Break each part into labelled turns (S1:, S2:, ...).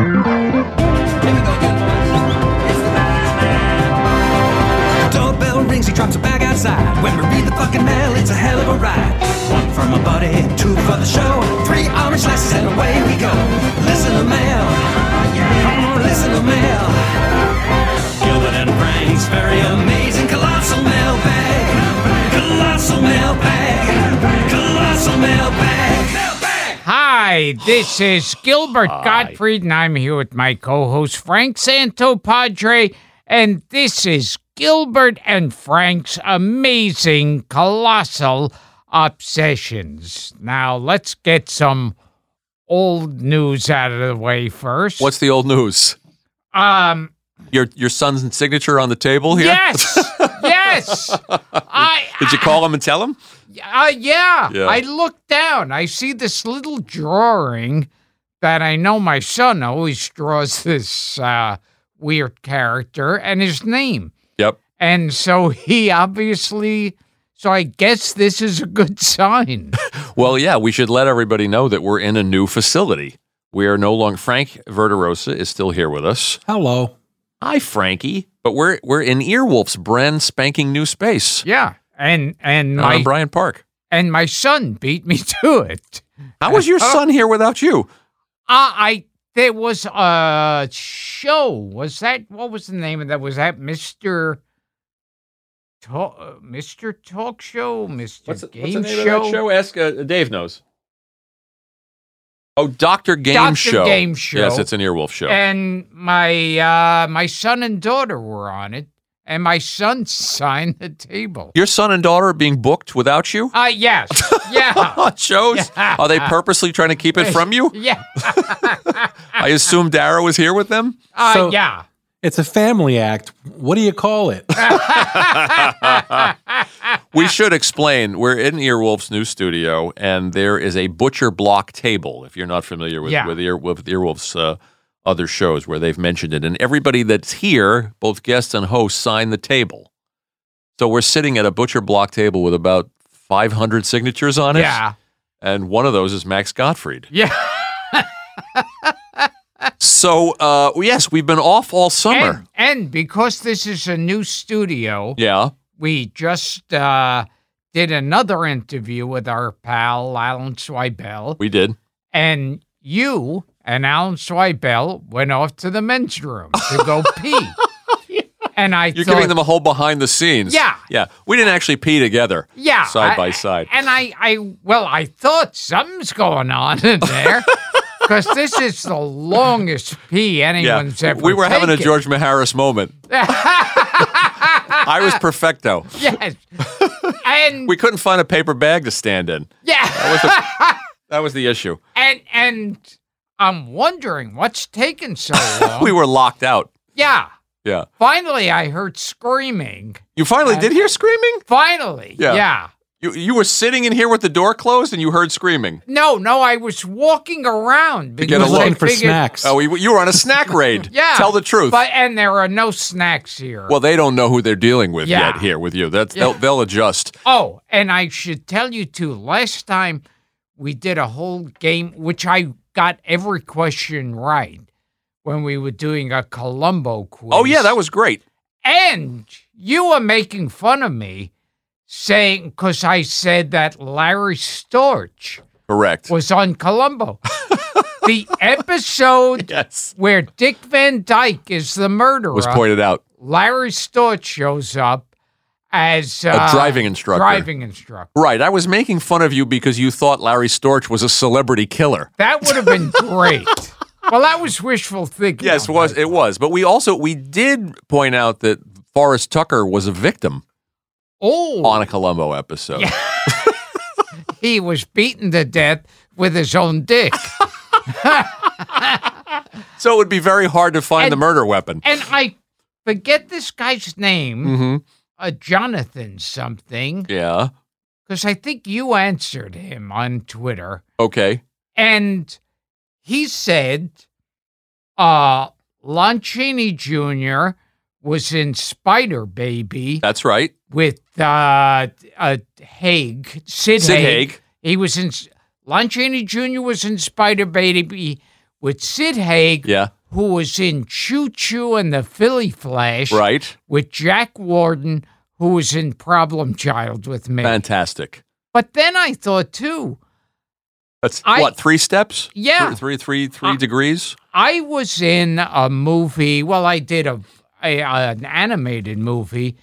S1: Here we go again, boys. It's the madman. Doorbell rings, he drops a bag outside. When we read the fucking mail, it's a hell of a ride. One for my buddy, two for the show, three orange slices, and away we go. Listen to mail. Come on, listen to mail. Gilbert and Frank's very amazing colossal mailbag. Colossal mailbag. Colossal mailbag. Mailbag.
S2: Hi, this is Gilbert Gottfried, and I'm here with my co host Frank Santopadre, and this is Gilbert and Frank's amazing colossal obsessions. Now, let's get some old news out of the way first.
S3: What's the old news?
S2: um,
S3: Your your son's signature on the table here.
S2: Yes, yes. I
S3: Did you call him and tell him?
S2: Uh, yeah.
S3: Yeah.
S2: I look down. I see this little drawing that I know my son always draws this uh, weird character and his name.
S3: Yep.
S2: And so he obviously. So I guess this is a good sign.
S3: Well, yeah, we should let everybody know that we're in a new facility. We are no longer Frank Verderosa is still here with us.
S4: Hello.
S3: Hi, Frankie. But we're we're in Earwolf's brand spanking new space
S2: yeah. And and
S3: out in
S2: my
S3: Bryant Park.
S2: and my son beat me to it.
S3: How was your
S2: Oh.
S3: son here without you?
S2: Uh, I there was a show. Was that what was the name of that? Was that Mister Talk uh, Mister Talk Show? Mister Game Show?
S3: Ask uh, Dave knows. Oh, Doctor Game
S2: Dr.
S3: Show.
S2: Game Show. Eh.
S3: Yes, it's an Earwolf show.
S2: And my uh, my son and daughter were on it, and my son signed the table.
S3: your son and daughter are being booked without you
S2: Uh yes, yeah,
S3: on shows. Are they purposely trying to keep it from you?
S2: yeah,
S3: I assume Dara was here with them.
S2: uh,
S4: So-
S2: yeah.
S4: It's a family act. What do you call it?
S3: uh, We should explain. We're in Earwolf's new studio, and there is a butcher block table. If you're not familiar with
S2: Yeah.
S3: with, Ear, with Earwolf's uh, other shows, where they've mentioned it, and everybody that's here, both guests and hosts, sign the table. So we're sitting at a butcher block table with about 500 signatures on it,
S2: Yeah,
S3: and one of those is Max Gottfried.
S2: yeah.
S3: So uh, yes, we've been off all summer.
S2: And, and because this is a new studio,
S3: yeah,
S2: we just uh, did another interview with our pal Alan Swibel,
S3: we did.
S2: and you and Alan Swibel went off to the men's room to go pee. And I
S3: You're
S2: thought,
S3: giving them a whole behind the scenes.
S2: Yeah.
S3: yeah. We didn't actually pee together.
S2: yeah,
S3: side
S2: I-
S3: by side.
S2: And I, I, well, I thought something's going on in there because this is the longest pee anyone's ever.
S3: We were having a
S2: taken.
S3: George Maharis moment. I was perfecto.
S2: Yes, and
S3: We couldn't find a paper bag to stand in.
S2: yeah.
S3: That was the, that was the issue.
S2: and and I'm wondering what's taking so long.
S3: We were locked out.
S2: yeah.
S3: Yeah.
S2: Finally, I heard screaming.
S3: You finally did hear screaming?
S2: Finally.
S3: Yeah.
S2: Yeah.
S3: You, you were sitting in here with the door closed and you heard screaming.
S2: No, no, I was walking around
S3: get
S2: because
S3: a
S4: We're
S3: look.
S2: I
S4: looking for
S2: figured-
S4: snacks.
S3: Oh, you, you were on a snack raid.
S2: Yeah.
S3: Tell the truth.
S2: But and there are no snacks here.
S3: well, they don't know who they're dealing with
S2: Yeah.
S3: yet here with you. That's they'll, they'll adjust.
S2: oh, and I should tell you too. Last time we did a whole game, which I got every question right when we were doing a Columbo quiz.
S3: Oh yeah, that was great.
S2: And you were making fun of me saying, because I said that Larry Storch
S3: Correct.
S2: was on Columbo. the episode
S3: yes.
S2: where Dick Van Dyke is the murderer,
S3: Was pointed out.
S2: Larry Storch shows up as uh,
S3: driving instructor.
S2: Driving instructor.
S3: Right. I was making fun of you because you thought Larry Storch was a celebrity killer.
S2: That would have been great. well, that was wishful thinking.
S3: Yes,
S2: on
S3: was
S2: my-
S3: it was, but we also we did point out that Forrest Tucker was a victim
S2: Oh,
S3: on a Columbo episode.
S2: he was beaten to death with his own dick.
S3: So it would be very hard to find
S2: And-
S3: the murder weapon.
S2: and I forget this guy's name,
S3: hmm
S2: uh, Jonathan something,
S3: Yeah.
S2: because I think you answered him on Twitter,
S3: Okay.
S2: and he said, uh, Lon Chaney Jr. was in Spider Baby
S3: That's right.
S2: with uh, uh, Haig, Sid,
S3: Sid
S2: Haig.
S3: Haig.
S2: He was in Lon Chaney Jr. was in Spider Baby with Sid Haig,
S3: Yeah.
S2: who was in Choo Choo and the Philly Flash,
S3: Right.
S2: with Jack Warden, who was in Problem Child with me.
S3: Fantastic.
S2: But then I thought too,
S3: That's
S2: I-
S3: what three steps.
S2: Yeah. Uh,
S3: Three, three, three, three degrees.
S2: I was in a movie. Well, I did a, a an animated movie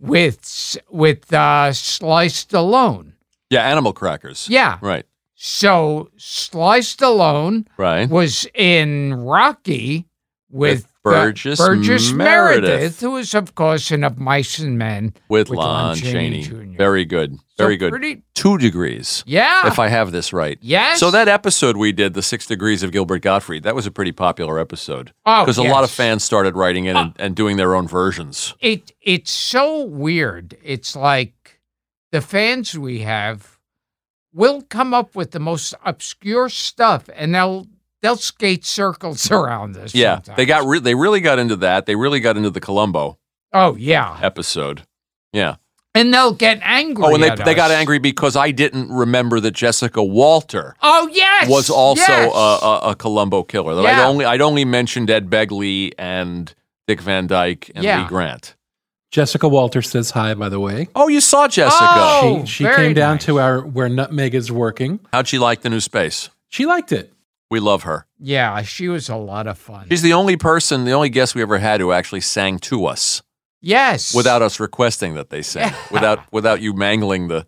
S2: with with uh, Sliced Alone.
S3: Yeah. Animal crackers.
S2: Yeah.
S3: Right.
S2: So Sliced Alone
S3: Right.
S2: was in Rocky with,
S3: With Burgess
S2: uh, Burgess Meredith.
S3: Meredith.
S2: who was of course in Of Mice and Men.
S3: With,
S2: with
S3: Lon,
S2: Lon Chaney
S3: Chaney.
S2: Jr..
S3: Very good.
S2: So
S3: Very good.
S2: Pretty,
S3: Two degrees.
S2: yeah.
S3: If I have this right.
S2: yes.
S3: So that episode we did, the Six Degrees of Gilbert Gottfried, that was a pretty popular episode
S2: Oh,
S3: because a lot of
S2: yes.
S3: fans started writing in and, and doing their own versions.
S2: it it's so weird. It's like the fans we have will come up with the most obscure stuff, and they'll they'll skate circles around us.
S3: Yeah,
S2: sometimes.
S3: they got re- they really got into that. They really got into the Columbo
S2: oh yeah,
S3: episode. Yeah.
S2: and they'll get angry.
S3: Oh, and they
S2: at
S3: they got
S2: us.
S3: angry because I didn't remember that Jessica Walter
S2: Oh yes,
S3: was also uh,
S2: yes.
S3: a, a, a Columbo killer. That I'd
S2: Yeah.
S3: only I'd only mentioned Ed Begley and Dick Van Dyke and
S2: Yeah.
S3: Lee Grant.
S4: Jessica Walter says hi, by the way.
S3: Oh, you saw Jessica.
S2: Oh.
S4: she she
S2: very
S4: came down
S2: nice.
S4: to our where Nutmeg is working.
S3: How'd she like the new space?
S4: She liked it.
S3: We love her.
S2: yeah. She was a lot of fun.
S3: She's the only person, the only guest we ever had who actually sang to us
S2: yes,
S3: without us requesting that they sing. Without without you mangling the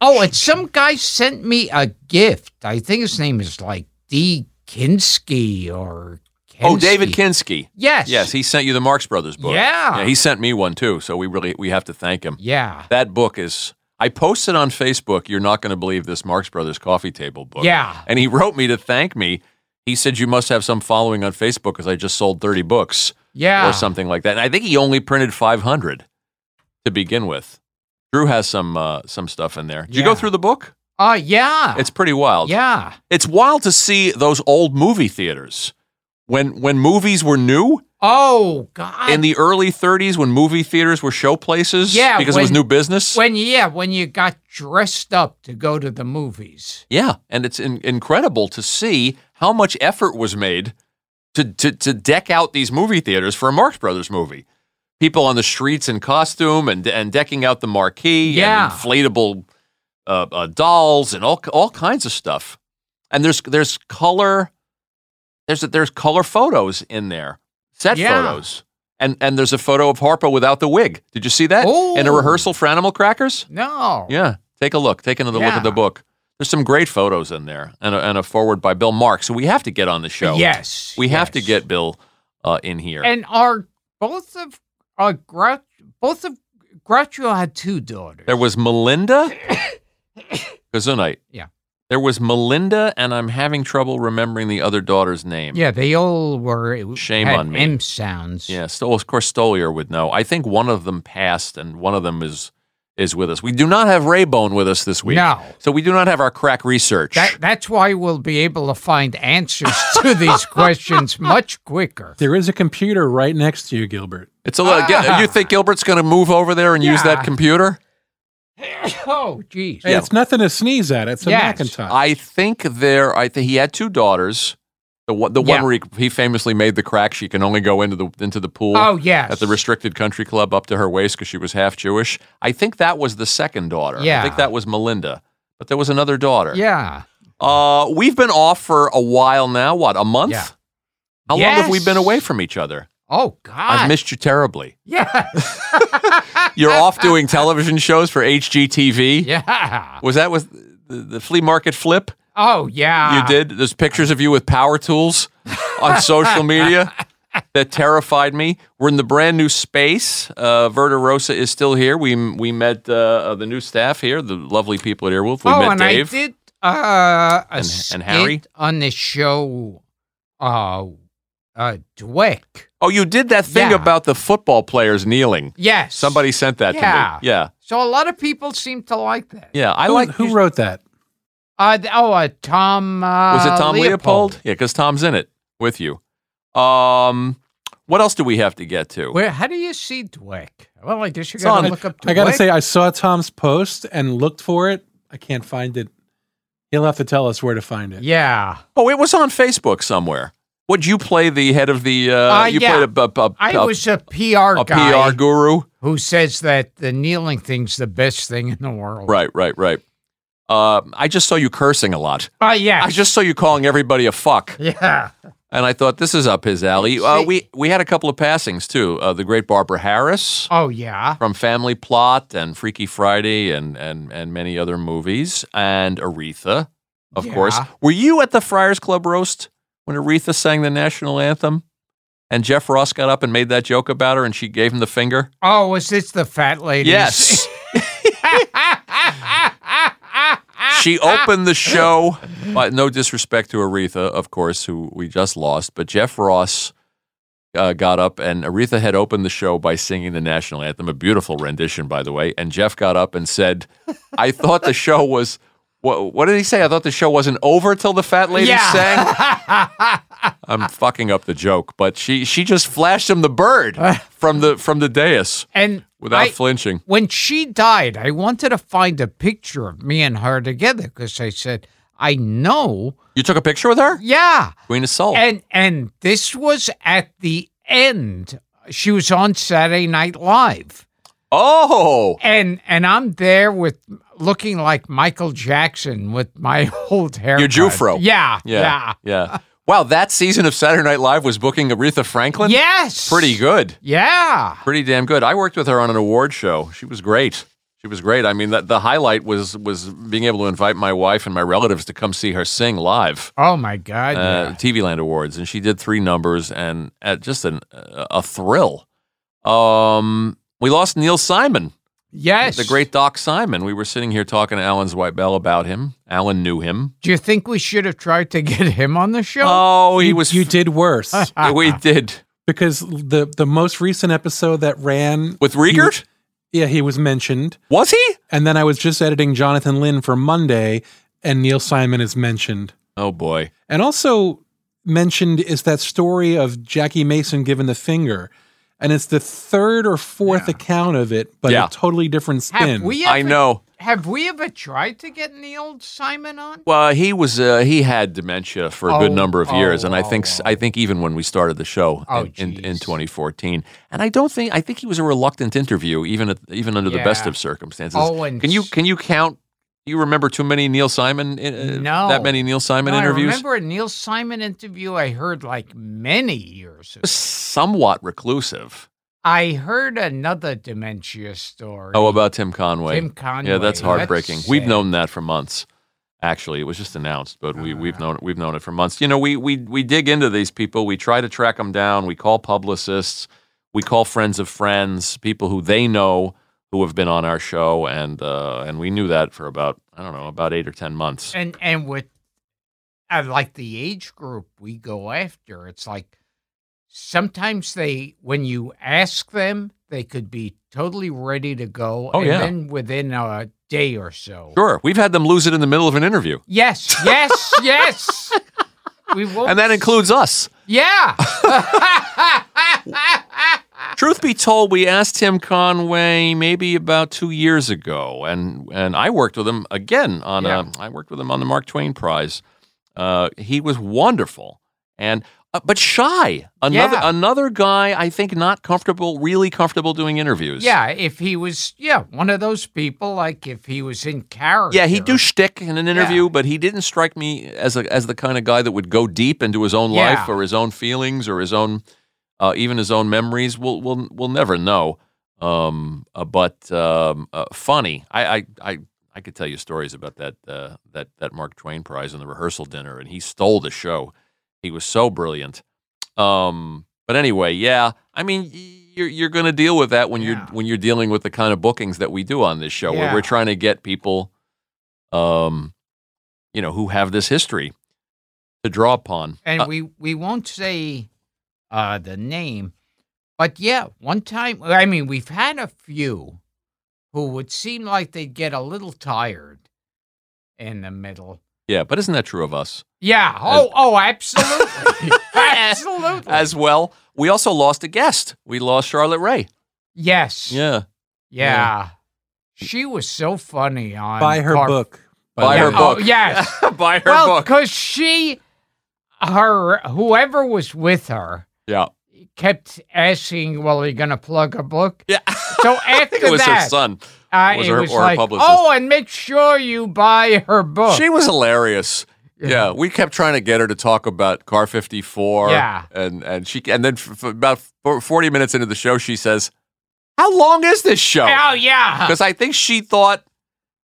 S2: Oh, and some guy sent me a gift. I think his name is like D. Kinsky or Kinsky.
S3: Oh, David Kinski.
S2: Yes.
S3: Yes, he sent you the Marx Brothers book.
S2: Yeah.
S3: he sent me one too, so we really we have to thank him.
S2: yeah.
S3: That book is I posted on Facebook, you're not going to believe this Marx Brothers coffee table book.
S2: Yeah.
S3: And he wrote me to thank me. He said you must have some following on Facebook cuz I just sold 30 books
S2: Yeah.
S3: or something like that. And I think he only printed 500 to begin with. Drew has some uh, some stuff in there. Did you go
S2: Yeah.
S3: through the book?
S2: Uh, yeah.
S3: It's pretty wild.
S2: yeah.
S3: It's wild to see those old movie theaters. When when movies were new
S2: Oh God.
S3: in the early 30s when movie theaters were showplaces
S2: Yeah,
S3: because it was
S2: when-
S3: new business.
S2: when yeah, when you got dressed up to go to the movies.
S3: yeah, and it's in, incredible to see how much effort was made to, to to deck out these movie theaters for a Marx Brothers movie. People on the streets in costume and and decking out the marquee
S2: Yeah.
S3: and inflatable uh, uh, dolls and all all kinds of stuff. And there's there's color there's there's color photos in there. Set
S2: Yeah.
S3: photos. And and there's a photo of Harpo without the wig. Did you see that? In a
S2: Oh.
S3: rehearsal for Animal Crackers?
S2: No.
S3: Yeah, take a look. Take another look
S2: Yeah.
S3: at the book. There's some great photos in there, and a, and a forward by Bill Mark. So we have to get on the show.
S2: Yes.
S3: we have to
S2: yes.
S3: get Bill uh, in here.
S2: And are both of are Grouch both of Groucho had two daughters.
S3: there was Melinda Gesundheit.
S2: Yeah.
S3: There was Melinda, and I'm having trouble remembering the other daughter's name.
S2: yeah, they all were. It
S3: Shame
S2: had
S3: on me.
S2: M sounds.
S3: Yeah, Stol- of course Stolier would know. I think one of them passed, and one of them is is with us. We do not have Raybone with us this week.
S2: No.
S3: So we do not have our crack research.
S2: That, that's why we'll be able to find answers to these questions much quicker.
S4: There is a computer right next to you, Gilbert.
S3: It's a little.
S2: Ah.
S3: You think Gilbert's going to move over there and use
S2: Yeah.
S3: that computer?
S2: Oh, geez.
S4: And It's nothing to sneeze at. It's a
S2: Yes.
S4: Macintosh.
S3: I think there. I think he had two daughters. The one, the
S2: Yeah.
S3: one where he, he famously made the crack. She can only go into the into the pool
S2: Oh, yes.
S3: at the restricted country club up to her waist because she was half Jewish. I think that was the second daughter. I
S2: Yeah.
S3: think that was Melinda. But there was another daughter.
S2: Yeah.
S3: Uh, we've been off for a while now. What? A month?
S2: Yeah.
S3: How long have we been
S2: Yes.
S3: away from each other?
S2: Oh, God.
S3: I've missed you terribly.
S2: yeah.
S3: You're off doing television shows for HGTV.
S2: Yeah.
S3: Was that with the, the flea market flip?
S2: Oh, yeah.
S3: You did. There's pictures of you with power tools on social media that terrified me. We're in the brand new space. Uh, Verta Rosa is still here. We we met uh, the new staff here, the lovely people at Earwolf. We
S2: oh,
S3: met
S2: and
S3: Dave.
S2: I did uh, a
S3: and
S2: skit
S3: Harry?
S2: on the show, uh, uh, Dweck.
S3: Oh, you did that thing
S2: Yeah.
S3: about the football players kneeling.
S2: Yes.
S3: Somebody sent that
S2: Yeah.
S3: to me. Yeah,
S2: So a lot of people seem to like that.
S3: yeah. I
S4: who,
S3: like.
S4: who wrote that?
S2: Uh, th- oh, uh, Tom. Uh,
S3: was it Tom Leopold? Yeah, because Tom's in it with you. Um, what else do we have to get to?
S2: Where? How do you see Dweck? Well, I guess you
S3: It's
S2: gotta
S3: on-
S2: look up. Dweck.
S4: I gotta say, I saw Tom's post and looked for it. I can't find it. He'll have to tell us where to find it.
S2: Yeah.
S3: Oh, it was on Facebook somewhere. Would you play the head of the? Uh,
S2: Uh,
S3: you
S2: yeah.
S3: played a, a, a,
S2: I
S3: a-
S2: was a PR
S3: a
S2: guy
S3: PR guru.
S2: who says that the kneeling thing's the best thing in the world.
S3: Right, right, right. Uh, I just saw you cursing a lot.
S2: Oh, yeah.
S3: I just saw you calling everybody a fuck,
S2: yeah.
S3: and I thought this is up his alley. Uh, we we had a couple of passings too. Uh, the great Barbara Harris
S2: Oh, yeah.
S3: from Family Plot and Freaky Friday and and and many other movies, and Aretha, of
S2: Yeah.
S3: course. Were you at the Friars Club roast when Aretha sang the national anthem? And Jeff Ross got up and made that joke about her, and she gave him the finger.
S2: Oh, was this the fat lady?
S3: Yes. she opened the show. But no disrespect to Aretha, of course, who we just lost, but Jeff Ross uh, got up and Aretha had opened the show by singing the national anthem, a beautiful rendition, by the way. And Jeff got up and said, "I thought the show was." What, what did he say? I thought the show wasn't over till the fat lady
S2: Yeah.
S3: sang. I'm fucking up the joke, but she she just flashed him the bird from the from the dais
S2: and
S3: without
S2: I-
S3: flinching.
S2: when she died, I wanted to find a picture of me and her together because I said, I know.
S3: You took a picture with her,
S2: Yeah.
S3: Queen of Soul.
S2: And and this was at the end. She was on Saturday Night Live.
S3: oh,
S2: And and I'm there with looking like Michael Jackson with my old hair.
S3: Jufro.
S2: Yeah. Yeah.
S3: Yeah. Yeah. Wow, that season of Saturday Night Live was booking Aretha Franklin?
S2: Yes.
S3: Pretty good.
S2: Yeah.
S3: Pretty damn good. I worked with her on an award show. She was great. She was great. I mean, that the highlight was was being able to invite my wife and my relatives to come see her sing live.
S2: Oh my God.
S3: Uh,
S2: yeah.
S3: TV Land Awards, and she did three numbers, and uh, just an, uh, a thrill. Um, we lost Neil Simon,
S2: Yes.
S3: the great Doc Simon. We were sitting here talking to Alan Zweibel about him. Alan knew him.
S2: Do you think we should have tried to get him on the show?
S3: Oh, he
S4: You-
S3: was.
S4: You did worse
S3: Oh, we did
S4: because the the most recent episode that ran,
S3: with Riegert.
S4: yeah, he was mentioned,
S3: Was he?
S4: and then I was just editing Jonathan Lynn for Monday, and Neil Simon is mentioned,
S3: Oh boy.
S4: and also mentioned is that story of Jackie Mason giving the finger, and it's the third or fourth account of it, but
S3: Yeah.
S4: a totally different
S2: have
S4: spin.
S2: we ever,
S3: I know.
S2: Have we ever tried to get Neil Simon on?
S3: Well, he was uh, he had dementia for a good
S2: Oh,
S3: number of years,
S2: oh,
S3: and I
S2: oh,
S3: think s I think even when we started the show
S2: Oh,
S3: in, in, in
S2: geez.
S3: 2014, and I don't think I think he was a reluctant interview, even at, even under the best
S2: Yeah.
S3: of circumstances.
S2: Oh, and
S3: can you
S2: s-
S3: can you count? You remember too many Neil Simon? Uh,
S2: No.
S3: that many Neil Simon
S2: No, I
S3: interviews.
S2: remember a Neil Simon interview I heard like many years ago.
S3: Somewhat reclusive.
S2: I heard another dementia story.
S3: Oh, about Tim Conway.
S2: Tim Conway.
S3: Yeah, that's heartbreaking.
S2: That's
S3: we've
S2: sad.
S3: known that for months. Actually, it was just announced, but we, we've
S2: Uh.
S3: known it. We've known it for months. You know, we we we dig into these people. We try to track them down. We call publicists. We call friends of friends, people who they know who have been on our show, and uh, and we knew that for about I don't know about eight or ten months.
S2: and and with uh, like the age group we go after it's like sometimes they when you ask them they could be totally ready to go
S3: Oh,
S2: and
S3: yeah.
S2: then within a day or so
S3: Sure, we've had them lose it in the middle of an interview,
S2: yes yes yes we will
S3: and that includes us.
S2: yeah
S3: Truth be told, we asked Tim Conway maybe about two years ago, and and I worked with him again on
S2: Yeah.
S3: a, I worked with him on the Mark Twain Prize. Uh, he was wonderful, and uh, but shy. Another
S2: Yeah.
S3: another guy, I think, not comfortable, really comfortable doing interviews.
S2: yeah if he was yeah one of those people like if he was in character
S3: Yeah, he'd do shtick in an interview, but he didn't strike me as a, as the kind of guy that would go deep into his own
S2: Yeah.
S3: life or his own feelings or his own uh, even his own memories. We'll we'll we'll never know. Um, uh, but um, uh, funny. I, I I I could tell you stories about that uh, that that Mark Twain Prize and the rehearsal dinner, and he stole the show. He was so brilliant. Um, but anyway, yeah. I mean, y- you're you're going to deal with that when you're
S2: Yeah.
S3: when you're dealing with the kind of bookings that we do on this show, where
S2: Yeah.
S3: we're trying to get people, um, you know, who have this history to draw upon.
S2: and
S3: Uh,
S2: we we won't say uh the name but yeah one time i mean we've had a few who would seem like they'd get a little tired in the middle
S3: yeah, but isn't that true of us
S2: yeah oh oh absolutely absolutely
S3: as well? We also lost a guest. We lost Charlotte Ray.
S2: yes
S3: Yeah.
S2: yeah she was so funny on
S4: Buy her
S2: Car-
S4: book.
S3: Buy her
S2: Oh,
S3: book.
S2: yes.
S3: Buy her
S2: well,
S3: book.
S2: because she, her, whoever was with her,
S3: Yeah.
S2: kept asking, "Well, are you going to plug a book?"
S3: Yeah.
S2: So
S3: I
S2: after
S3: think it was
S2: that,
S3: her son.
S2: uh,
S3: was
S2: it
S3: her-
S2: was
S3: or her
S2: like,
S3: publicist.
S2: "Oh, and make sure you buy her book." Oh,
S3: She was hilarious. Yeah. we kept trying to get her to talk about Car 54.
S2: Yeah.
S3: and and she and then f- f- about f- 40 minutes into the show, she says, "How long is this show?"
S2: oh yeah,
S3: Because I think she thought,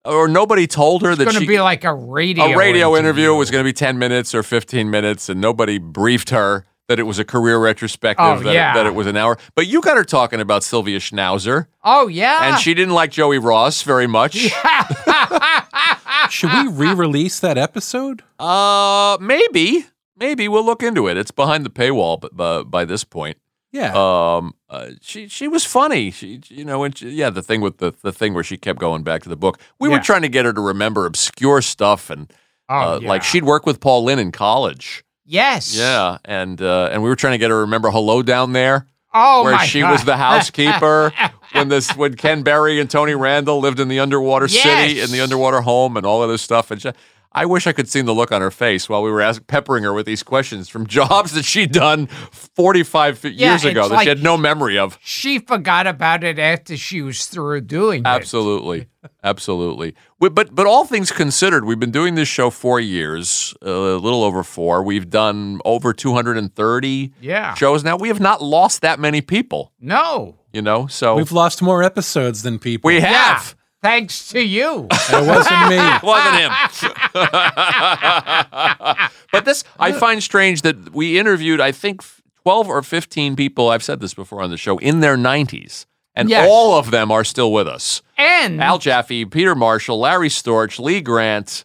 S3: or nobody told her that
S2: it's going
S3: she
S2: to be like a radio
S3: a radio interview was going to be 10 minutes or 15 minutes, and nobody briefed her that it was a career retrospective,
S2: Oh,
S3: that,
S2: yeah.
S3: it, that it was an hour. But you got her talking about Sylvia Schnauzer,
S2: Oh yeah,
S3: and she didn't like Joey Ross very much.
S2: Oh,
S4: Should we re-release that episode?
S3: Uh, maybe, maybe we'll look into it. It's behind the paywall, but uh, by this point,
S4: Yeah.
S3: um, uh, she she was funny. She you know, and she, yeah, the thing with the the thing where she kept going back to the book. We were
S2: Yeah.
S3: trying to get her to remember obscure stuff, and
S2: Oh,
S3: uh,
S2: yeah.
S3: like she'd work with Paul Lynn in college.
S2: yes,
S3: Yeah, and uh, and we were trying to get her to remember "Hello Down There,"
S2: Oh
S3: where
S2: my
S3: she
S2: God.
S3: was the housekeeper when this when Ken Berry and Tony Randall lived in the underwater city
S2: Yes.
S3: in the underwater home and all of this stuff. And she, I wish I could seen the look on her face while we were ask, peppering her with these questions from jobs that she'd done 45 f-
S2: Yeah,
S3: years ago
S2: it's
S3: that
S2: like-
S3: she had no memory of.
S2: She forgot about it after she was through doing it.
S3: Absolutely, absolutely. We, but but all things considered, we've been doing this show four years, uh, a little over four. We've done over two hundred and thirty
S2: Yeah.
S3: shows now. We have not lost that many people,
S2: No.
S3: you know. So
S4: We've lost more episodes than people.
S3: we
S2: Yeah.
S3: have.
S2: Thanks to you.
S4: It wasn't me.
S3: It wasn't him. but this, I find strange that we interviewed, I think, 12 or 15 people, I've said this before on the show, in their 90s. And
S2: Yes.
S3: all of them are still with us.
S2: And
S3: Mm-hmm. Al Jaffe, Peter Marshall, Larry Storch, Lee Grant,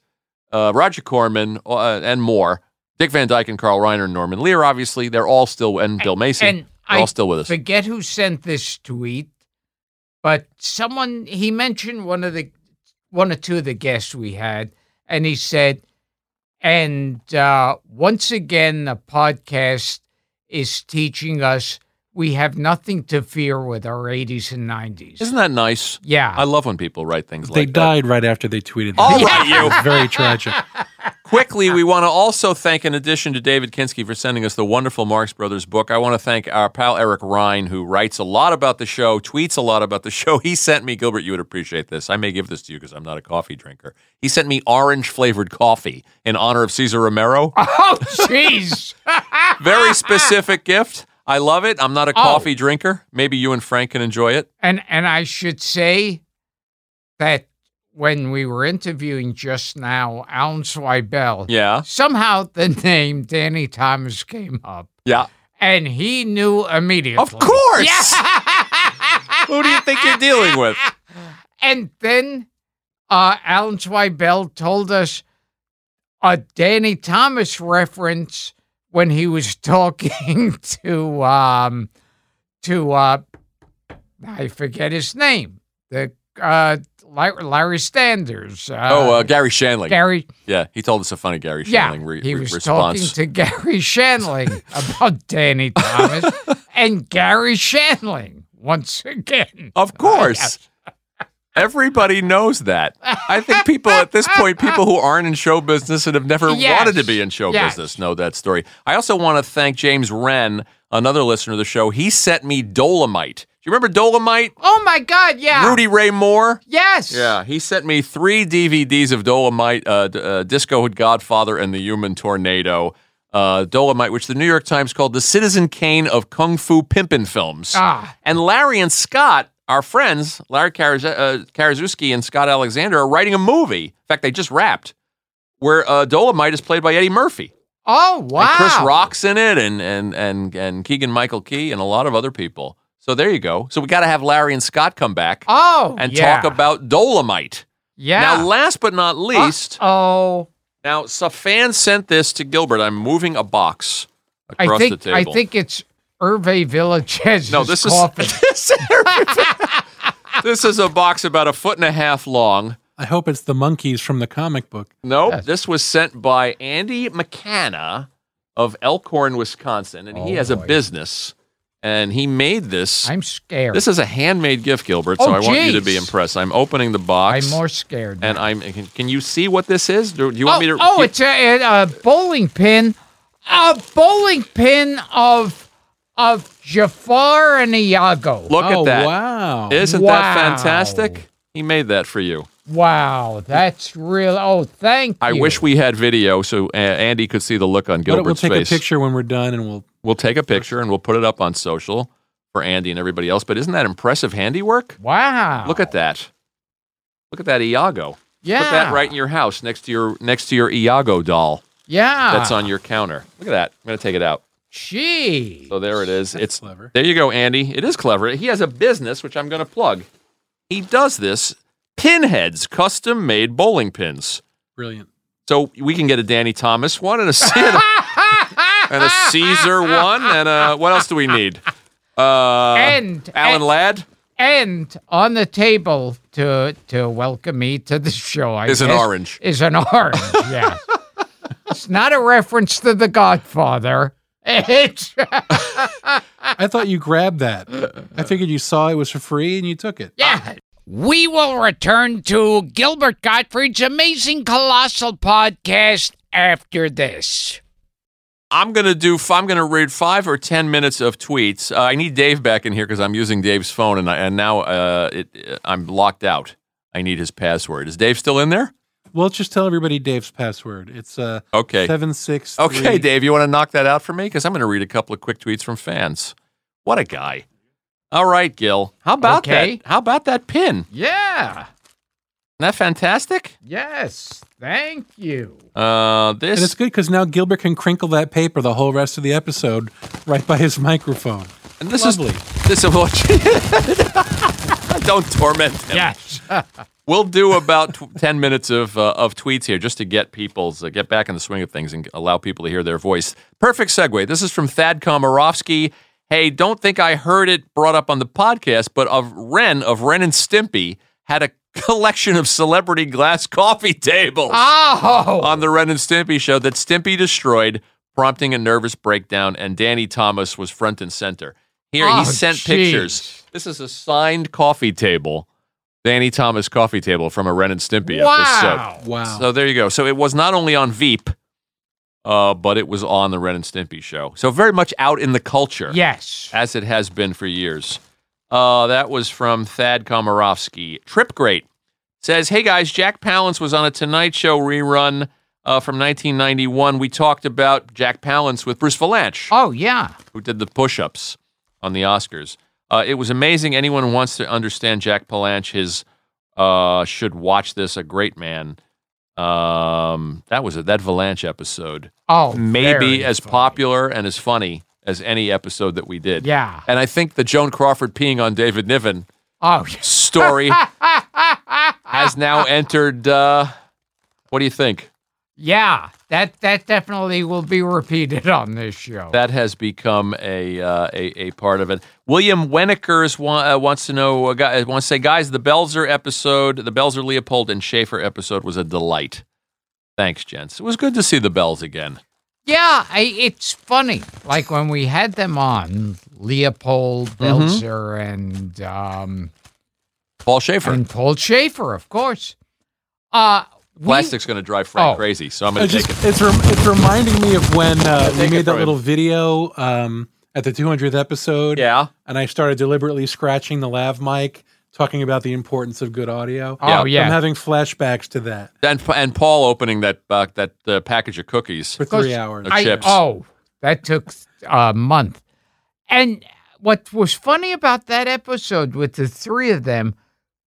S3: uh, Roger Corman, uh, and more. Dick Van Dyke and Carl Reiner and Norman Lear, obviously, they're all still, and Bill Mason,
S2: and
S3: they're
S2: I
S3: all still with us.
S2: forget who sent this tweet, but someone he mentioned one of the one or two of the guests we had, and he said, and uh, once again the podcast is teaching us we have nothing to fear with our 80s and 90s.
S3: Isn't that nice?
S2: yeah.
S3: I love when people write things
S4: They
S3: like that.
S4: died right after they tweeted.
S3: All
S4: that.
S3: right, you.
S4: It was very tragic.
S3: Quickly, we want to also thank, in addition to David Kinski for sending us the wonderful Marx Brothers book, I want to thank our pal Eric Ryan, who writes a lot about the show, tweets a lot about the show. He sent me, Gilbert, you would appreciate this. I may give this to you because I'm not a coffee drinker. He sent me orange flavored coffee in honor of Cesar Romero.
S2: oh, jeez.
S3: Very specific gift. I love it. I'm not a
S2: Oh.
S3: coffee drinker. Maybe you and Frank can enjoy it.
S2: And and I should say that when we were interviewing just now Alan Swibel,
S3: Yeah.
S2: somehow the name Danny Thomas came up,
S3: Yeah.
S2: and he knew immediately.
S3: Of course.
S2: Yeah.
S3: Who do you think you're dealing with?
S2: and then uh, Alan Swibel told us a Danny Thomas reference when he was talking to um to uh I forget his name the uh Larry, Larry Sanders uh,
S3: Oh, uh, Gary Shanley.
S2: Gary
S3: yeah. He told us a funny Gary
S2: yeah
S3: Shanling re-
S2: he
S3: re-
S2: was
S3: response.
S2: talking to Gary Shanling about Danny Thomas and Gary Shanling once again
S3: Of course. Everybody knows that. I think people at this point, people who aren't in show business and have never
S2: Yes.
S3: wanted to be in show
S2: Yes.
S3: business, know that story. I also want to thank James Wren, another listener of the show. He sent me Dolomite. Do you remember Dolomite?
S2: oh my God yeah
S3: Rudy Ray Moore?
S2: yes
S3: Yeah, he sent me three DVDs of Dolomite, uh, d- uh, Disco Godfather, and the Human Tornado. Uh, Dolomite, which the New York Times called the Citizen Kane of Kung Fu Pimpin' Films.
S2: Ah.
S3: And Larry and Scott, our friends, Larry Karaz- uh, Karaszewski and Scott Alexander, are writing a movie. In fact, they just wrapped, where uh, Dolomite is played by Eddie Murphy.
S2: Oh wow!
S3: And Chris Rock's in it, and and and and Keegan Michael Key, and a lot of other people. So there you go. So we got to have Larry and Scott come back
S2: Oh,
S3: and
S2: yeah.
S3: talk about Dolomite.
S2: yeah. Uh,
S3: Now, last but not least,
S2: oh,
S3: now so fan sent this to Gilbert. I'm moving a box across
S2: I think
S3: the table.
S2: I think it's Hervé Villachez.
S3: no, this is
S2: coffin.
S3: this, this is a box about a foot and a half long.
S4: I hope it's the monkeys from the comic book.
S3: Nope, this was sent by Andy McCanna of Elkhorn, Wisconsin, and he has a business. and he made this.
S2: Oh, I'm scared.
S3: this is a handmade gift, Gilbert. so
S2: Oh,
S3: I want you to be
S2: geez.
S3: impressed. I'm opening the box,
S2: I'm more scared.
S3: and I'm. Can, can you see what this is? Do, do you want
S2: oh,
S3: me to?
S2: oh,
S3: you-
S2: it's a, a bowling pin, a bowling pin of of Jafar and Iago.
S3: look
S4: oh
S3: at that.
S4: wow!
S3: Isn't that
S2: Wow.
S3: fantastic? He made that for you.
S2: Wow, that's real. Oh, thank
S3: I
S2: you.
S3: wish we had video so uh, Andy could see the look on
S4: But we'll
S3: Gilbert's
S4: take
S3: face.
S4: a picture when we're done, and we'll.
S3: We'll take a picture and we'll put it up on social for Andy and everybody else. But isn't that impressive handiwork?
S2: Wow.
S3: Look at that. Look at that Iago.
S2: yeah.
S3: Put that right in your house next to your next to your Iago doll
S2: Yeah.
S3: that's on your counter. Look at that. I'm going to take it out.
S2: Gee.
S3: So there it is.
S4: That's
S3: it's
S4: clever.
S3: There you go, Andy. It is clever. He has a business which I'm going to plug. He does this pinheads, custom made bowling pins.
S4: Brilliant.
S3: So we can get a Danny Thomas one and a Santa and a Caesar one and a what else do we need? Uh,
S2: And-
S3: Alan
S2: and-
S3: Ladd
S2: And on the table to to welcome me to the show I
S3: is an
S2: guess,
S3: orange.
S2: Is an orange. Yeah. it's not a reference to The Godfather. It's
S4: I thought you grabbed that. I figured you saw it was for free and you took it.
S2: Yeah. Uh, We will return to Gilbert Gottfried's amazing colossal podcast after this.
S3: I'm gonna do. f- I'm gonna read five or ten minutes of tweets. Uh, I need Dave back in here because I'm using Dave's phone and I, and now uh, it, I'm locked out. I need his password. Is Dave still in there?
S4: Well, just tell everybody Dave's password. It's uh
S3: Okay.
S4: seven six.
S3: Okay, Dave, you want to knock that out for me? Because I'm going to read a couple of quick tweets from fans. What a guy. All right, Gil. How about
S2: Okay.
S3: that? How about that pin? Isn't
S2: Yeah.
S3: that fantastic?
S2: Yes. Thank you.
S3: Uh, this.
S4: And it's good because now Gilbert can crinkle that paper the whole rest of the episode right by his microphone.
S3: and this
S4: lovely.
S3: is this is what. Don't torment him.
S2: Yes.
S3: We'll do about tw- ten minutes of uh, of tweets here just to get people's uh, get back in the swing of things and allow people to hear their voice. Perfect segue. This is from Thad Komarovsky. Hey, don't think I heard it brought up on the podcast, but of Ren of Ren and Stimpy had a collection of celebrity glass coffee tables
S2: Oh.
S3: on the Ren and Stimpy show that Stimpy destroyed, prompting a nervous breakdown, and Danny Thomas was front and center. Here,
S2: Oh,
S3: he sent
S2: jeez.
S3: pictures. This is a signed coffee table, Danny Thomas coffee table from a Ren and Stimpy
S2: wow.
S4: Wow.
S3: So there you go. So it was not only on Veep, uh, but it was on the Ren and Stimpy show. So very much out in the culture
S2: Yes.
S3: as it has been for years. Uh, that was from Thad Komarovsky. Trip Great says, Hey guys, Jack Palance was on a Tonight Show rerun uh, from 1991. We talked about Jack Palance with Bruce Valanche,
S2: Oh, yeah.
S3: who did the push ups on the Oscars. Uh, it was amazing. Anyone who wants to understand Jack Palance his, uh, should watch this. A great man. Um, that was it. That Valanche episode.
S2: Oh.
S3: Maybe
S2: very
S3: as
S2: funny.
S3: popular and as funny as any episode that we did.
S2: Yeah.
S3: And I think the Joan Crawford peeing on David Niven
S2: Oh, yes.
S3: story has now entered. Uh, what do you think?
S2: yeah. That that definitely will be repeated on this show.
S3: That has become a uh, a, a part of it. William Wenneker's wa- uh, wants to know. Uh, guy, wants to say, guys, the Belzer episode, the Belzer Leopold and Schaefer episode was a delight. Thanks, gents. It was good to see the Bells again.
S2: Yeah, I, it's funny. Like when we had them on, Leopold Belzer and um,
S3: Paul Schaefer.
S2: and Paul Schaefer, of course. Uh, we-
S3: Plastic's going to drive Frank
S2: Oh.
S3: crazy, so I'm
S4: I
S3: going to
S4: just,
S3: take it.
S4: it's, rem- it's reminding me of when uh, we
S3: take it
S4: made that
S3: from
S4: little video um, at the 200th episode.
S3: Yeah.
S4: And I started deliberately scratching the lav mic, talking about the importance of good audio.
S2: Oh,
S3: Yeah.
S2: yeah.
S4: I'm having flashbacks to that
S3: And and Paul opening that uh, that uh, package of cookies.
S4: for
S2: Because
S4: three hours.
S3: I- chips.
S2: Oh, that took uh, a month. And what was funny about that episode with the three of them,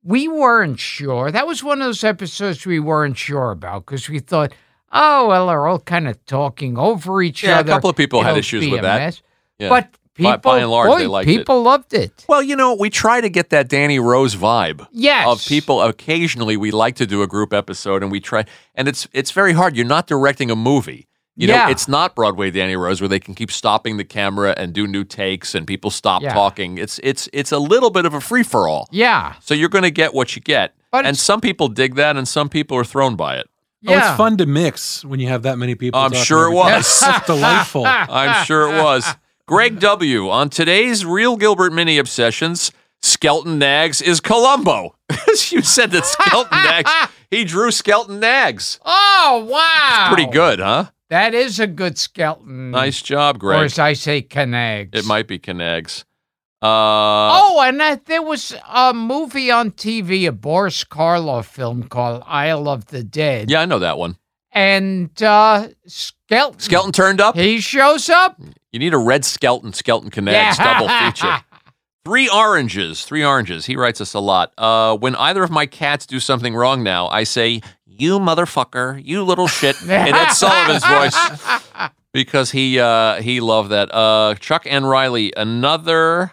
S2: we weren't sure. That was one of those episodes we weren't sure about because we thought, oh, well, they're all kind of talking over each
S3: Yeah, a
S2: other.
S3: couple of people had
S2: It'll
S3: issues
S2: be
S3: with
S2: a
S3: that.
S2: mess."
S3: Yeah.
S2: But people,
S3: By- by and large,
S2: boy,
S3: they liked it.
S2: people loved it.
S3: Well, you know, we try to get that Danny Rose vibe
S2: Yes.
S3: of people. Occasionally, we like to do a group episode, and we try, and it's it's very hard. You're not directing a movie. You know,
S2: Yeah.
S3: it's not Broadway Danny Rose where they can keep stopping the camera and do new takes, and people stop
S2: Yeah.
S3: talking. It's it's it's a little bit of a free for all.
S2: Yeah.
S3: So you're going to get what you get,
S2: But
S3: and
S2: it's-
S3: some people dig that, and some people are thrown by it.
S4: Oh,
S2: Yeah.
S4: it's fun to mix when you have that many people.
S3: I'm
S4: talking
S3: sure it
S4: over-
S3: was.
S4: That's delightful.
S3: I'm sure it was. Greg W. On today's Real Gilbert Mini Obsessions, Skelton Nags is Columbo. you said that Skelton Nags, he drew Skelton Nags.
S2: Oh wow! Mm.
S3: Pretty good, huh?
S2: That is a good skeleton.
S3: Nice job,
S2: Or
S3: Greg.
S2: as I say, canags.
S3: It might be Canags. Uh,
S2: Oh, and that, there was a movie on TV, a Boris Karloff film called Isle of the Dead.
S3: Yeah, I know that one.
S2: And uh, Skelton.
S3: Skelton turned up.
S2: He shows up.
S3: You need a red Skelton, Skelton Canags double feature. Three oranges. Three oranges. He writes us a lot. Uh, when either of my cats do something wrong now, I say, you motherfucker, you little shit. and that's Sullivan's voice. Because he uh, he loved that. Uh, Chuck and Riley, another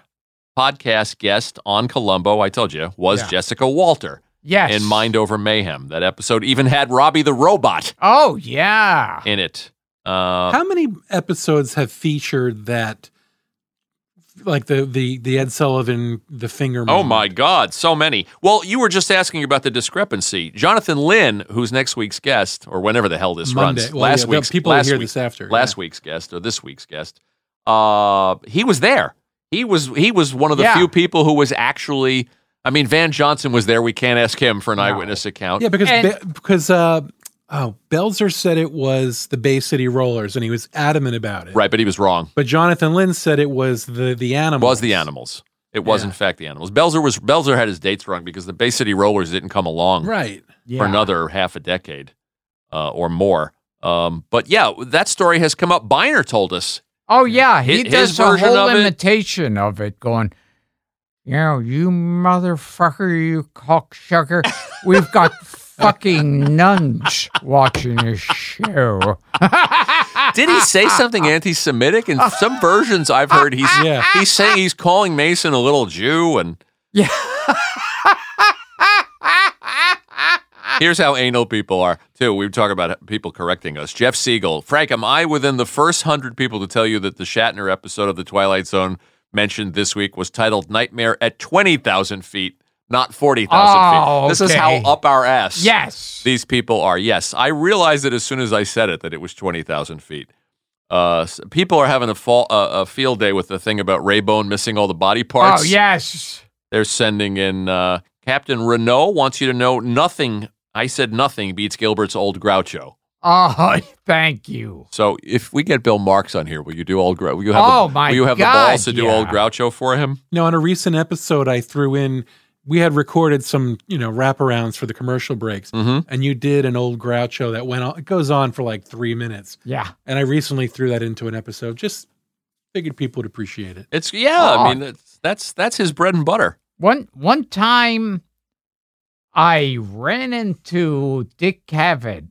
S3: podcast guest on Columbo, I told you, was
S2: Yeah.
S3: Jessica Walter
S2: Yes.
S3: in Mind Over Mayhem. That episode even had Robbie the Robot
S2: Oh, yeah.
S3: in it. Uh,
S4: How many episodes have featured that, like the the the Ed Sullivan the finger?
S3: Oh
S4: moment?
S3: my God, so many. Well, you were just asking about the discrepancy. Jonathan Lynn, who's next week's guest, or whenever the hell this
S4: Monday.
S3: runs,
S4: Well,
S3: last
S4: yeah, well,
S3: week's
S4: people will
S3: last
S4: hear
S3: week-
S4: this after,
S3: last
S4: yeah.
S3: week's guest or this week's guest, uh, he was there. He was he was one of the
S2: Yeah.
S3: few people who was actually. I mean, Van Johnson was there. We can't ask him for an eyewitness account.
S4: Yeah, because
S2: And-
S4: Be- because uh, oh, Belzer said it was the Bay City Rollers, and he was adamant about it.
S3: right, but he was wrong.
S4: But Jonathan Lynn said it was the the animal.
S3: Was the animals? It was in fact the animals. Belzer was Belzer had his dates wrong because the Bay City Rollers didn't come along.
S4: Right.
S2: yeah.
S3: for another half a decade uh, or more. Um, but yeah, that story has come up. Biner told us.
S2: Oh, yeah. He
S3: Hi- his
S2: does a
S3: version
S2: whole
S3: of it-
S2: imitation of it going, you know, you motherfucker, you cocksucker. We've got fucking nuns watching this show.
S3: Did he say something anti-Semitic? In some versions I've heard, he's
S4: Yeah.
S3: he's saying he's calling Mason a little Jew. And
S2: Yeah.
S3: here's how anal people are too. We talk about people correcting us. Jeff Siegel, Frank, am I within the first hundred people to tell you that the Shatner episode of The Twilight Zone mentioned this week was titled "Nightmare at Twenty Thousand Feet," not forty thousand
S2: Oh,
S3: feet? This is how
S2: okay.
S3: up our ass.
S2: yes.
S3: These people are. Yes, I realized it as soon as I said it that it was twenty thousand feet. Uh, s- people are having a fall uh, a field day with the thing about Raybone missing all the body parts.
S2: Oh, yes.
S3: they're sending in uh, Captain Renault wants you to know nothing. I said nothing beats Gilbert's old Groucho.
S2: Oh, thank you.
S3: So if we get Bill Marks on here, will you do old Groucho? Will you have
S2: Oh,
S3: the,
S2: my
S3: Will you have
S2: God,
S3: the balls to do
S2: yeah.
S3: old Groucho for him?
S4: Now, on a recent episode, I threw in. We had recorded some, you know, wraparounds for the commercial breaks,
S3: Mhm.
S4: and you did an old Groucho that went on. It goes on for like three minutes,
S2: Yeah.
S4: and I recently threw that into an episode. Just figured people would appreciate it.
S3: It's yeah.
S2: Oh.
S3: I mean, it's, that's that's his bread and butter.
S2: One one time, I ran into Dick Cavett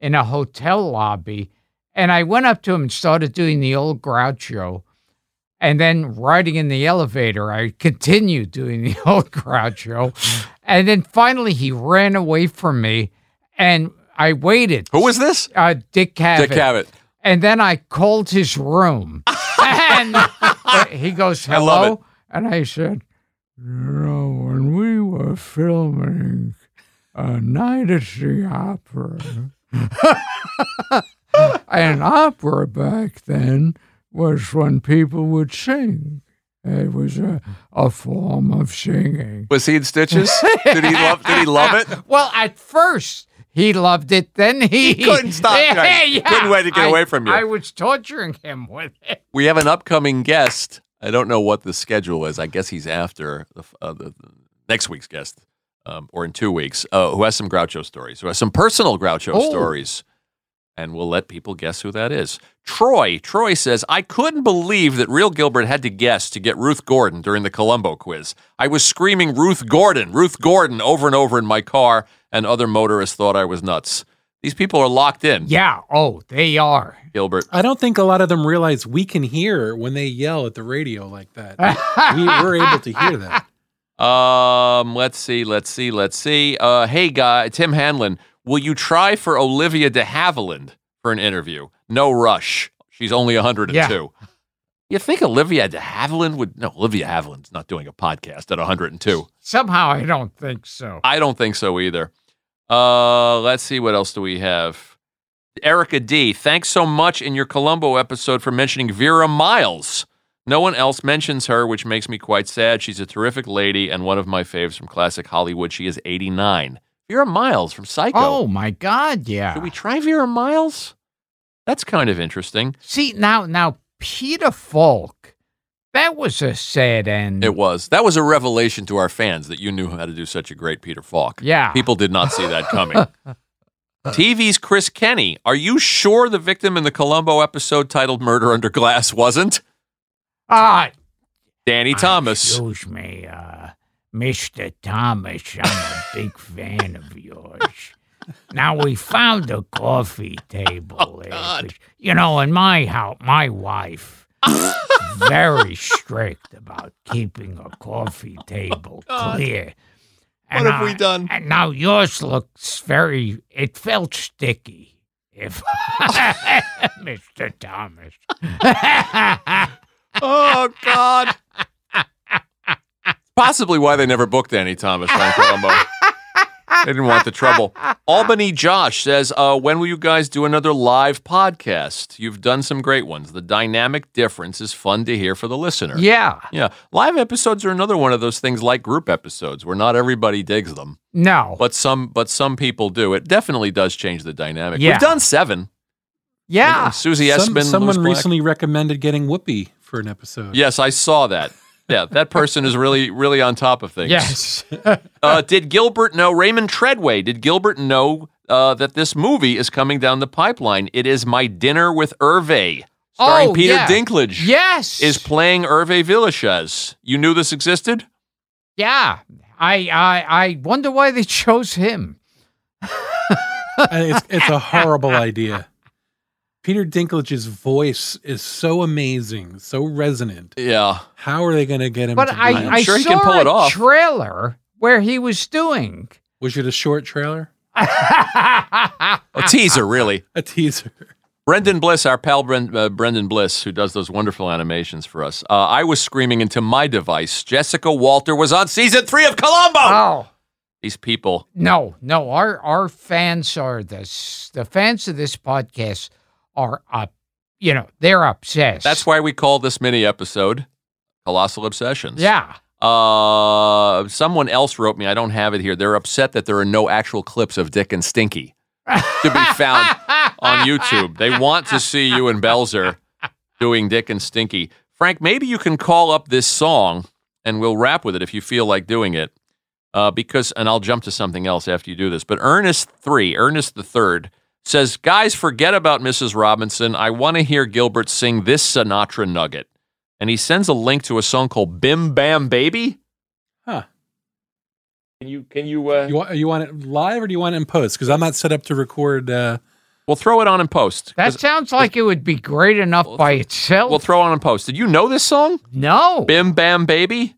S2: in a hotel lobby, and I went up to him and started doing the old Groucho. And then riding in the elevator, I continued doing the old Groucho. and then finally, he ran away from me, and I waited.
S3: Who was this?
S2: Uh, Dick Cavett.
S3: Dick Cavett.
S2: And then I called his room. and he goes,
S3: I love
S2: hello? and I said, you know, when we were filming A Night at the Opera, an opera back then was when people would sing. It was a, a form of singing.
S3: Was he in stitches? did he love? Did he love it?
S2: Well, at first he loved it. Then he,
S3: couldn't stop, right? Couldn't wait to get
S2: I-
S3: away from you.
S2: I was torturing him with it.
S3: we have an upcoming guest. I don't know what the schedule is. I guess he's after the, f- uh, the, the next week's guest, um, or in two weeks, uh, who has some Groucho stories, who has some personal Groucho
S2: Oh.
S3: stories. And we'll let people guess who that is. Troy. Troy says, I couldn't believe that Real Gilbert had to guess to get Ruth Gordon during the Columbo quiz. I was screaming Ruth Gordon, Ruth Gordon over and over in my car, and other motorists thought I was nuts. These people are locked in,
S2: Yeah. Oh, they are.
S3: Gilbert.
S4: I don't think a lot of them realize we can hear when they yell at the radio like that. we, we're able to hear that.
S3: Um, let's see, let's see, let's see. Uh, hey, guy, Tim Hanlon, will you try for Olivia de Havilland for an interview? No rush. She's only 102. You think Olivia de Havilland would? No, Olivia Havilland's not doing a podcast at 102.
S2: Somehow I don't think so.
S3: I don't think so either. Uh, let's see, what else do we have? Erica D, thanks so much in your Columbo episode for mentioning Vera Miles. No one else mentions her, which makes me quite sad. She's a terrific lady and one of my faves from classic Hollywood. She is 89. Vera Miles from Psycho.
S2: Oh my God! Yeah.
S3: Should we try Vera Miles? That's kind of interesting.
S2: See now, now Peter Falk. That was a sad end.
S3: It was. That was a revelation to our fans that you knew how to do such a great Peter Falk.
S2: Yeah.
S3: People did not see that coming. TV's Chris Kenny. Are you sure the victim in the Columbo episode titled Murder Under Glass wasn't?
S2: Ah,
S3: Danny Thomas.
S2: Excuse me, uh, Mr. Thomas. I'm a big fan of yours. Now we found a coffee table.
S3: Oh,
S2: there, 'cause, You know, in my house, my wife very strict about keeping a coffee table clear.
S3: Oh, What have we done?
S2: And now yours looks very. It felt sticky. If Mr. Thomas.
S3: Oh, God. Possibly why they never booked Danny Thomas on Columbo. They didn't want the trouble. Albany Josh says, uh, When will you guys do another live podcast? You've done some great ones. The dynamic difference is fun to hear for the listener.
S2: yeah.
S3: Yeah. Live episodes are another one of those things like group episodes where not everybody digs them,
S2: No.
S3: but some but some people do. It definitely does change the dynamic.
S2: Yeah.
S3: We've done seven.
S2: yeah.
S3: Susie
S4: Some-
S3: Essman. Louis
S4: someone
S3: Black.
S4: recently recommended getting Whoopi for an episode.
S3: Yes, I saw that. Yeah, that person is really, really on top of things.
S2: Yes.
S3: Uh, did Gilbert know Raymond Treadway? Did Gilbert know uh, that this movie is coming down the pipeline? It is My Dinner with Hervé, starring
S2: Oh,
S3: Peter
S2: yeah.
S3: Dinklage.
S2: yes.
S3: Is playing Hervé Villachez. You knew this existed?
S2: yeah. I I I wonder why they chose him.
S4: And Uh, it's, it's a horrible idea. Peter Dinklage's voice is so amazing, so resonant.
S3: Yeah.
S4: How are they going to get him?
S2: But
S4: to do
S2: I
S4: that?
S2: I
S3: sure he
S2: saw
S3: can pull
S2: a
S3: it off.
S2: trailer where he was doing.
S4: was it a short trailer?
S3: A
S2: Ah,
S3: teaser, really.
S4: A teaser.
S3: Brendan Bliss, our pal Bren, uh, Brendan Bliss, who does those wonderful animations for us. Uh, I was screaming into my device. Jessica Walter was on season three of Columbo.
S2: oh
S3: These people.
S2: no no our our fans are this the fans of this podcast are up you know they're obsessed.
S3: That's why we call this mini episode Colossal Obsessions.
S2: yeah
S3: Uh, someone else wrote me. I don't have it here. They're upset that there are no actual clips of Dick and Stinky to be found on YouTube. They want to see you and Belzer doing Dick and Stinky. Frank, maybe you can call up this song and we'll rap with it if you feel like doing it. Uh, because, and I'll jump to something else after you do this. But Ernest three, Ernest the third says, guys, forget about Mrs. Robinson. I want to hear Gilbert sing this Sinatra nugget. And he sends a link to a song called Bim Bam Baby.
S4: Huh.
S3: Can you, can you, uh,
S4: You want you want it live or do you want it in post? Because I'm not set up to record. Uh,
S3: we'll throw it on in post.
S2: that sounds like it would be great enough by itself.
S3: We'll throw it on in post. Did you know this song?
S2: no,
S3: Bim Bam Baby?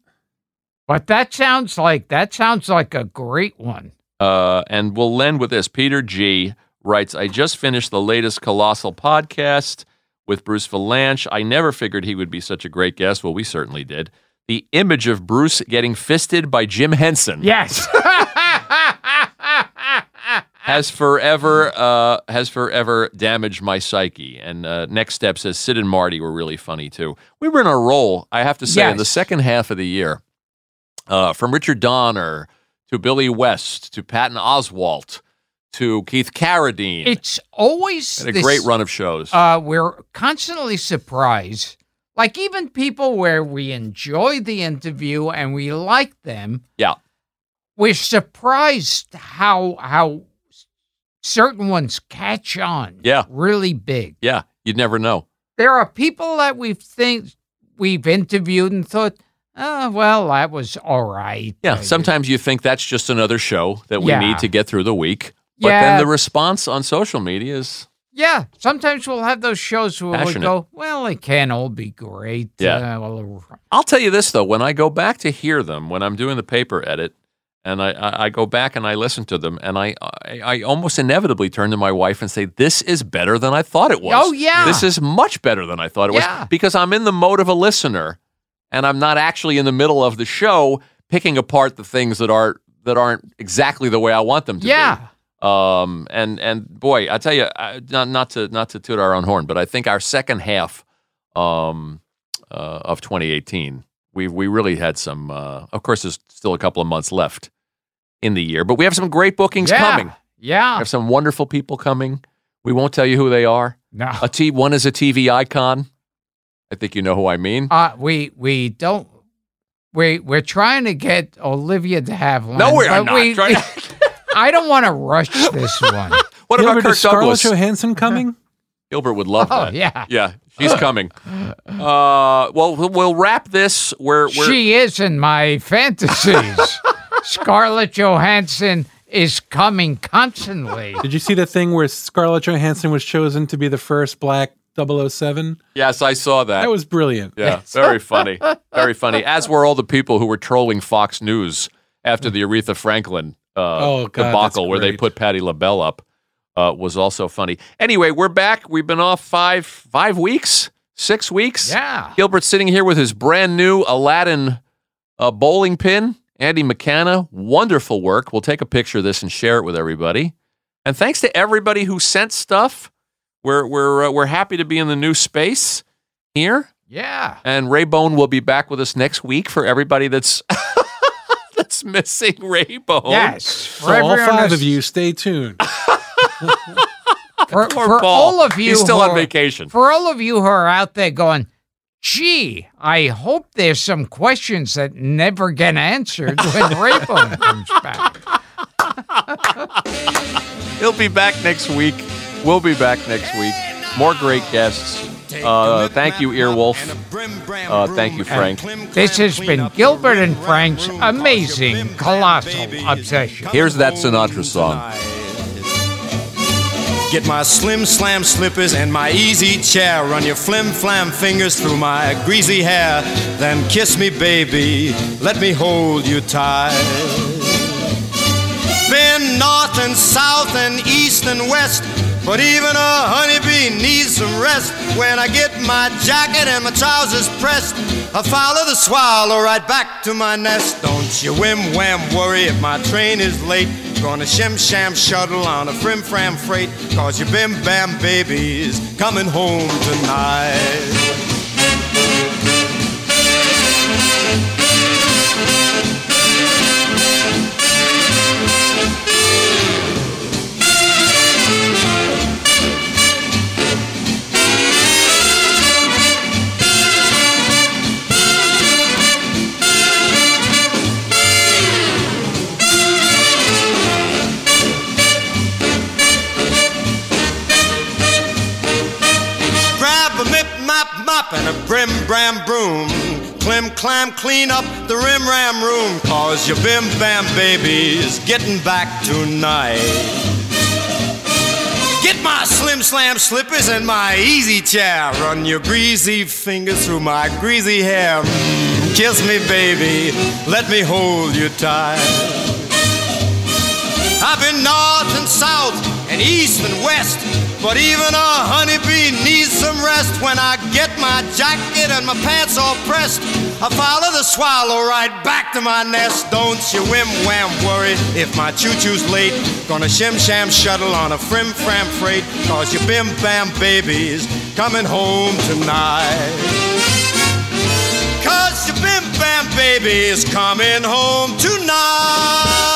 S2: but that sounds like that sounds like a great one.
S3: Uh, and we'll end with this. Peter G writes, I just finished the latest Colossal podcast with Bruce Valanche. I never figured he would be such a great guest. Well, we certainly did. The image of Bruce getting fisted by Jim Henson
S2: Yes.
S3: has forever uh, has forever damaged my psyche. And uh, next step says Sid and Marty were really funny too. We were in a roll, I have to say, in the
S2: Yes.
S3: second half of the year, uh, from Richard Donner to Billy West to Patton Oswalt to Keith Carradine.
S2: it's always
S3: Had a
S2: this,
S3: great run of shows.
S2: Uh, we're constantly surprised. Like even people where we enjoy the interview and we like them,
S3: yeah,
S2: we're surprised how how certain ones catch on.
S3: Yeah.
S2: Really big.
S3: yeah. You'd never know.
S2: there are people that we've think we've interviewed and thought, oh, well, that was all right.
S3: Yeah.
S2: I
S3: Sometimes you think that's just another show that we
S2: Yeah.
S3: need to get through the week. But then
S2: Yeah.
S3: the response on social media is
S2: did- yeah. Sometimes we'll have those shows where we
S3: Passionate.
S2: go, well, it can't all be great.
S3: Yeah.
S2: Uh, well,
S3: I'll tell you this though, when I go back to hear them, when I'm doing the paper edit, and I, I, I go back and I listen to them, and I, I I almost inevitably turn to my wife and say, "This is better than I thought it was."
S2: Oh, yeah.
S3: this is much better than I thought it
S2: Yeah.
S3: was because I'm in the mode of a listener, and I'm not actually in the middle of the show picking apart the things that are that aren't exactly the way I want them to be.
S2: yeah.
S3: Um, and and boy, I tell you, I, not not to not to toot our own horn, but I think our second half um, uh, of 2018, we we really had some. Uh, of course, there's still a couple of months left in the year, but we have some great bookings
S2: yeah.
S3: coming. We
S2: Yeah.
S3: have some wonderful people coming. We won't tell you who they are.
S2: No.
S3: A T one is a TV icon. I think you know who I mean.
S2: Uh, we we don't. We we're trying to get Olivia to have one.
S3: No, we
S2: but
S3: are not trying to-
S2: I don't want to rush this one.
S3: what
S4: Gilbert,
S3: about Kirk
S4: is Scarlett
S3: Douglas?
S4: Johansson coming?
S3: Gilbert would love
S2: Oh
S3: that.
S2: yeah,
S3: Yeah, she's coming. Uh, well, we'll- we'll wrap this. We're, we're
S2: she is in my fantasies. Scarlett Johansson is coming constantly.
S4: Did you see the thing where Scarlett Johansson was chosen to be the first black 007?
S3: yes, I saw that.
S4: That was brilliant.
S3: yeah, very funny, very funny. As were all the people who were trolling Fox News after the Aretha Franklin uh,
S4: Oh, God, that's
S3: debacle, where they
S4: great.
S3: put Patti LaBelle up, uh, was also funny. Anyway, we're back. We've been off five five weeks, six weeks.
S2: Yeah.
S3: Gilbert's sitting here with his brand new Aladdin uh, bowling pin. Andy McKenna, wonderful work. We'll take a picture of this and share it with everybody. And thanks to everybody who sent stuff. We're we're uh, we're happy to be in the new space here.
S2: Yeah.
S3: And Ray Bone will be back with us next week for everybody that's that's missing Ray Bone.
S2: Yes. For
S4: So all
S2: everyone
S4: five
S2: who's-
S4: of you, stay tuned.
S2: For,
S3: Poor
S2: for
S3: Paul.
S2: all of you,
S3: He's still
S2: who
S3: on
S2: are-
S3: vacation.
S2: For all of you who are out there going, gee, I hope there's some questions that never get answered when Raybone comes back.
S3: He'll be back next week. We'll be back next week. More great guests. Uh, thank you, Earwolf. Uh, thank you, Frank.
S2: This has been Gilbert and Frank's amazing, colossal obsession.
S3: Here's that Sinatra song.
S5: Get my slim slam slippers and my easy chair. Run your flim flam fingers through my greasy hair. Then kiss me, baby. Let me hold you tight. Been north and south and east and west. But even a honeybee needs some rest. When I get my jacket and my trousers pressed, I follow the swallow right back to my nest. Don't you whim wham worry if my train is late. Gonna shim sham shuttle on a frim fram freight. Cause your bim bam baby's coming home tonight. Grab a mip, mop, mop, and a brim, bram, broom. Clim, clam, clean up the rim, ram, room. Cause your bim, bam, baby is getting back tonight. Get my slim slam slippers and my easy chair. Run your greasy fingers through my greasy hair. Mm, kiss me, baby. Let me hold you tight. I've been north and south and east and west, but even a honeybee needs some rest. When I get my jacket and my pants all pressed, I follow the swallow right back to my nest. Don't you whim wham worry if my choo choo's late. Gonna shim sham shuttle on a frim fram freight, cause your bim bam baby's coming home tonight. Cause your bim bam baby's coming home tonight.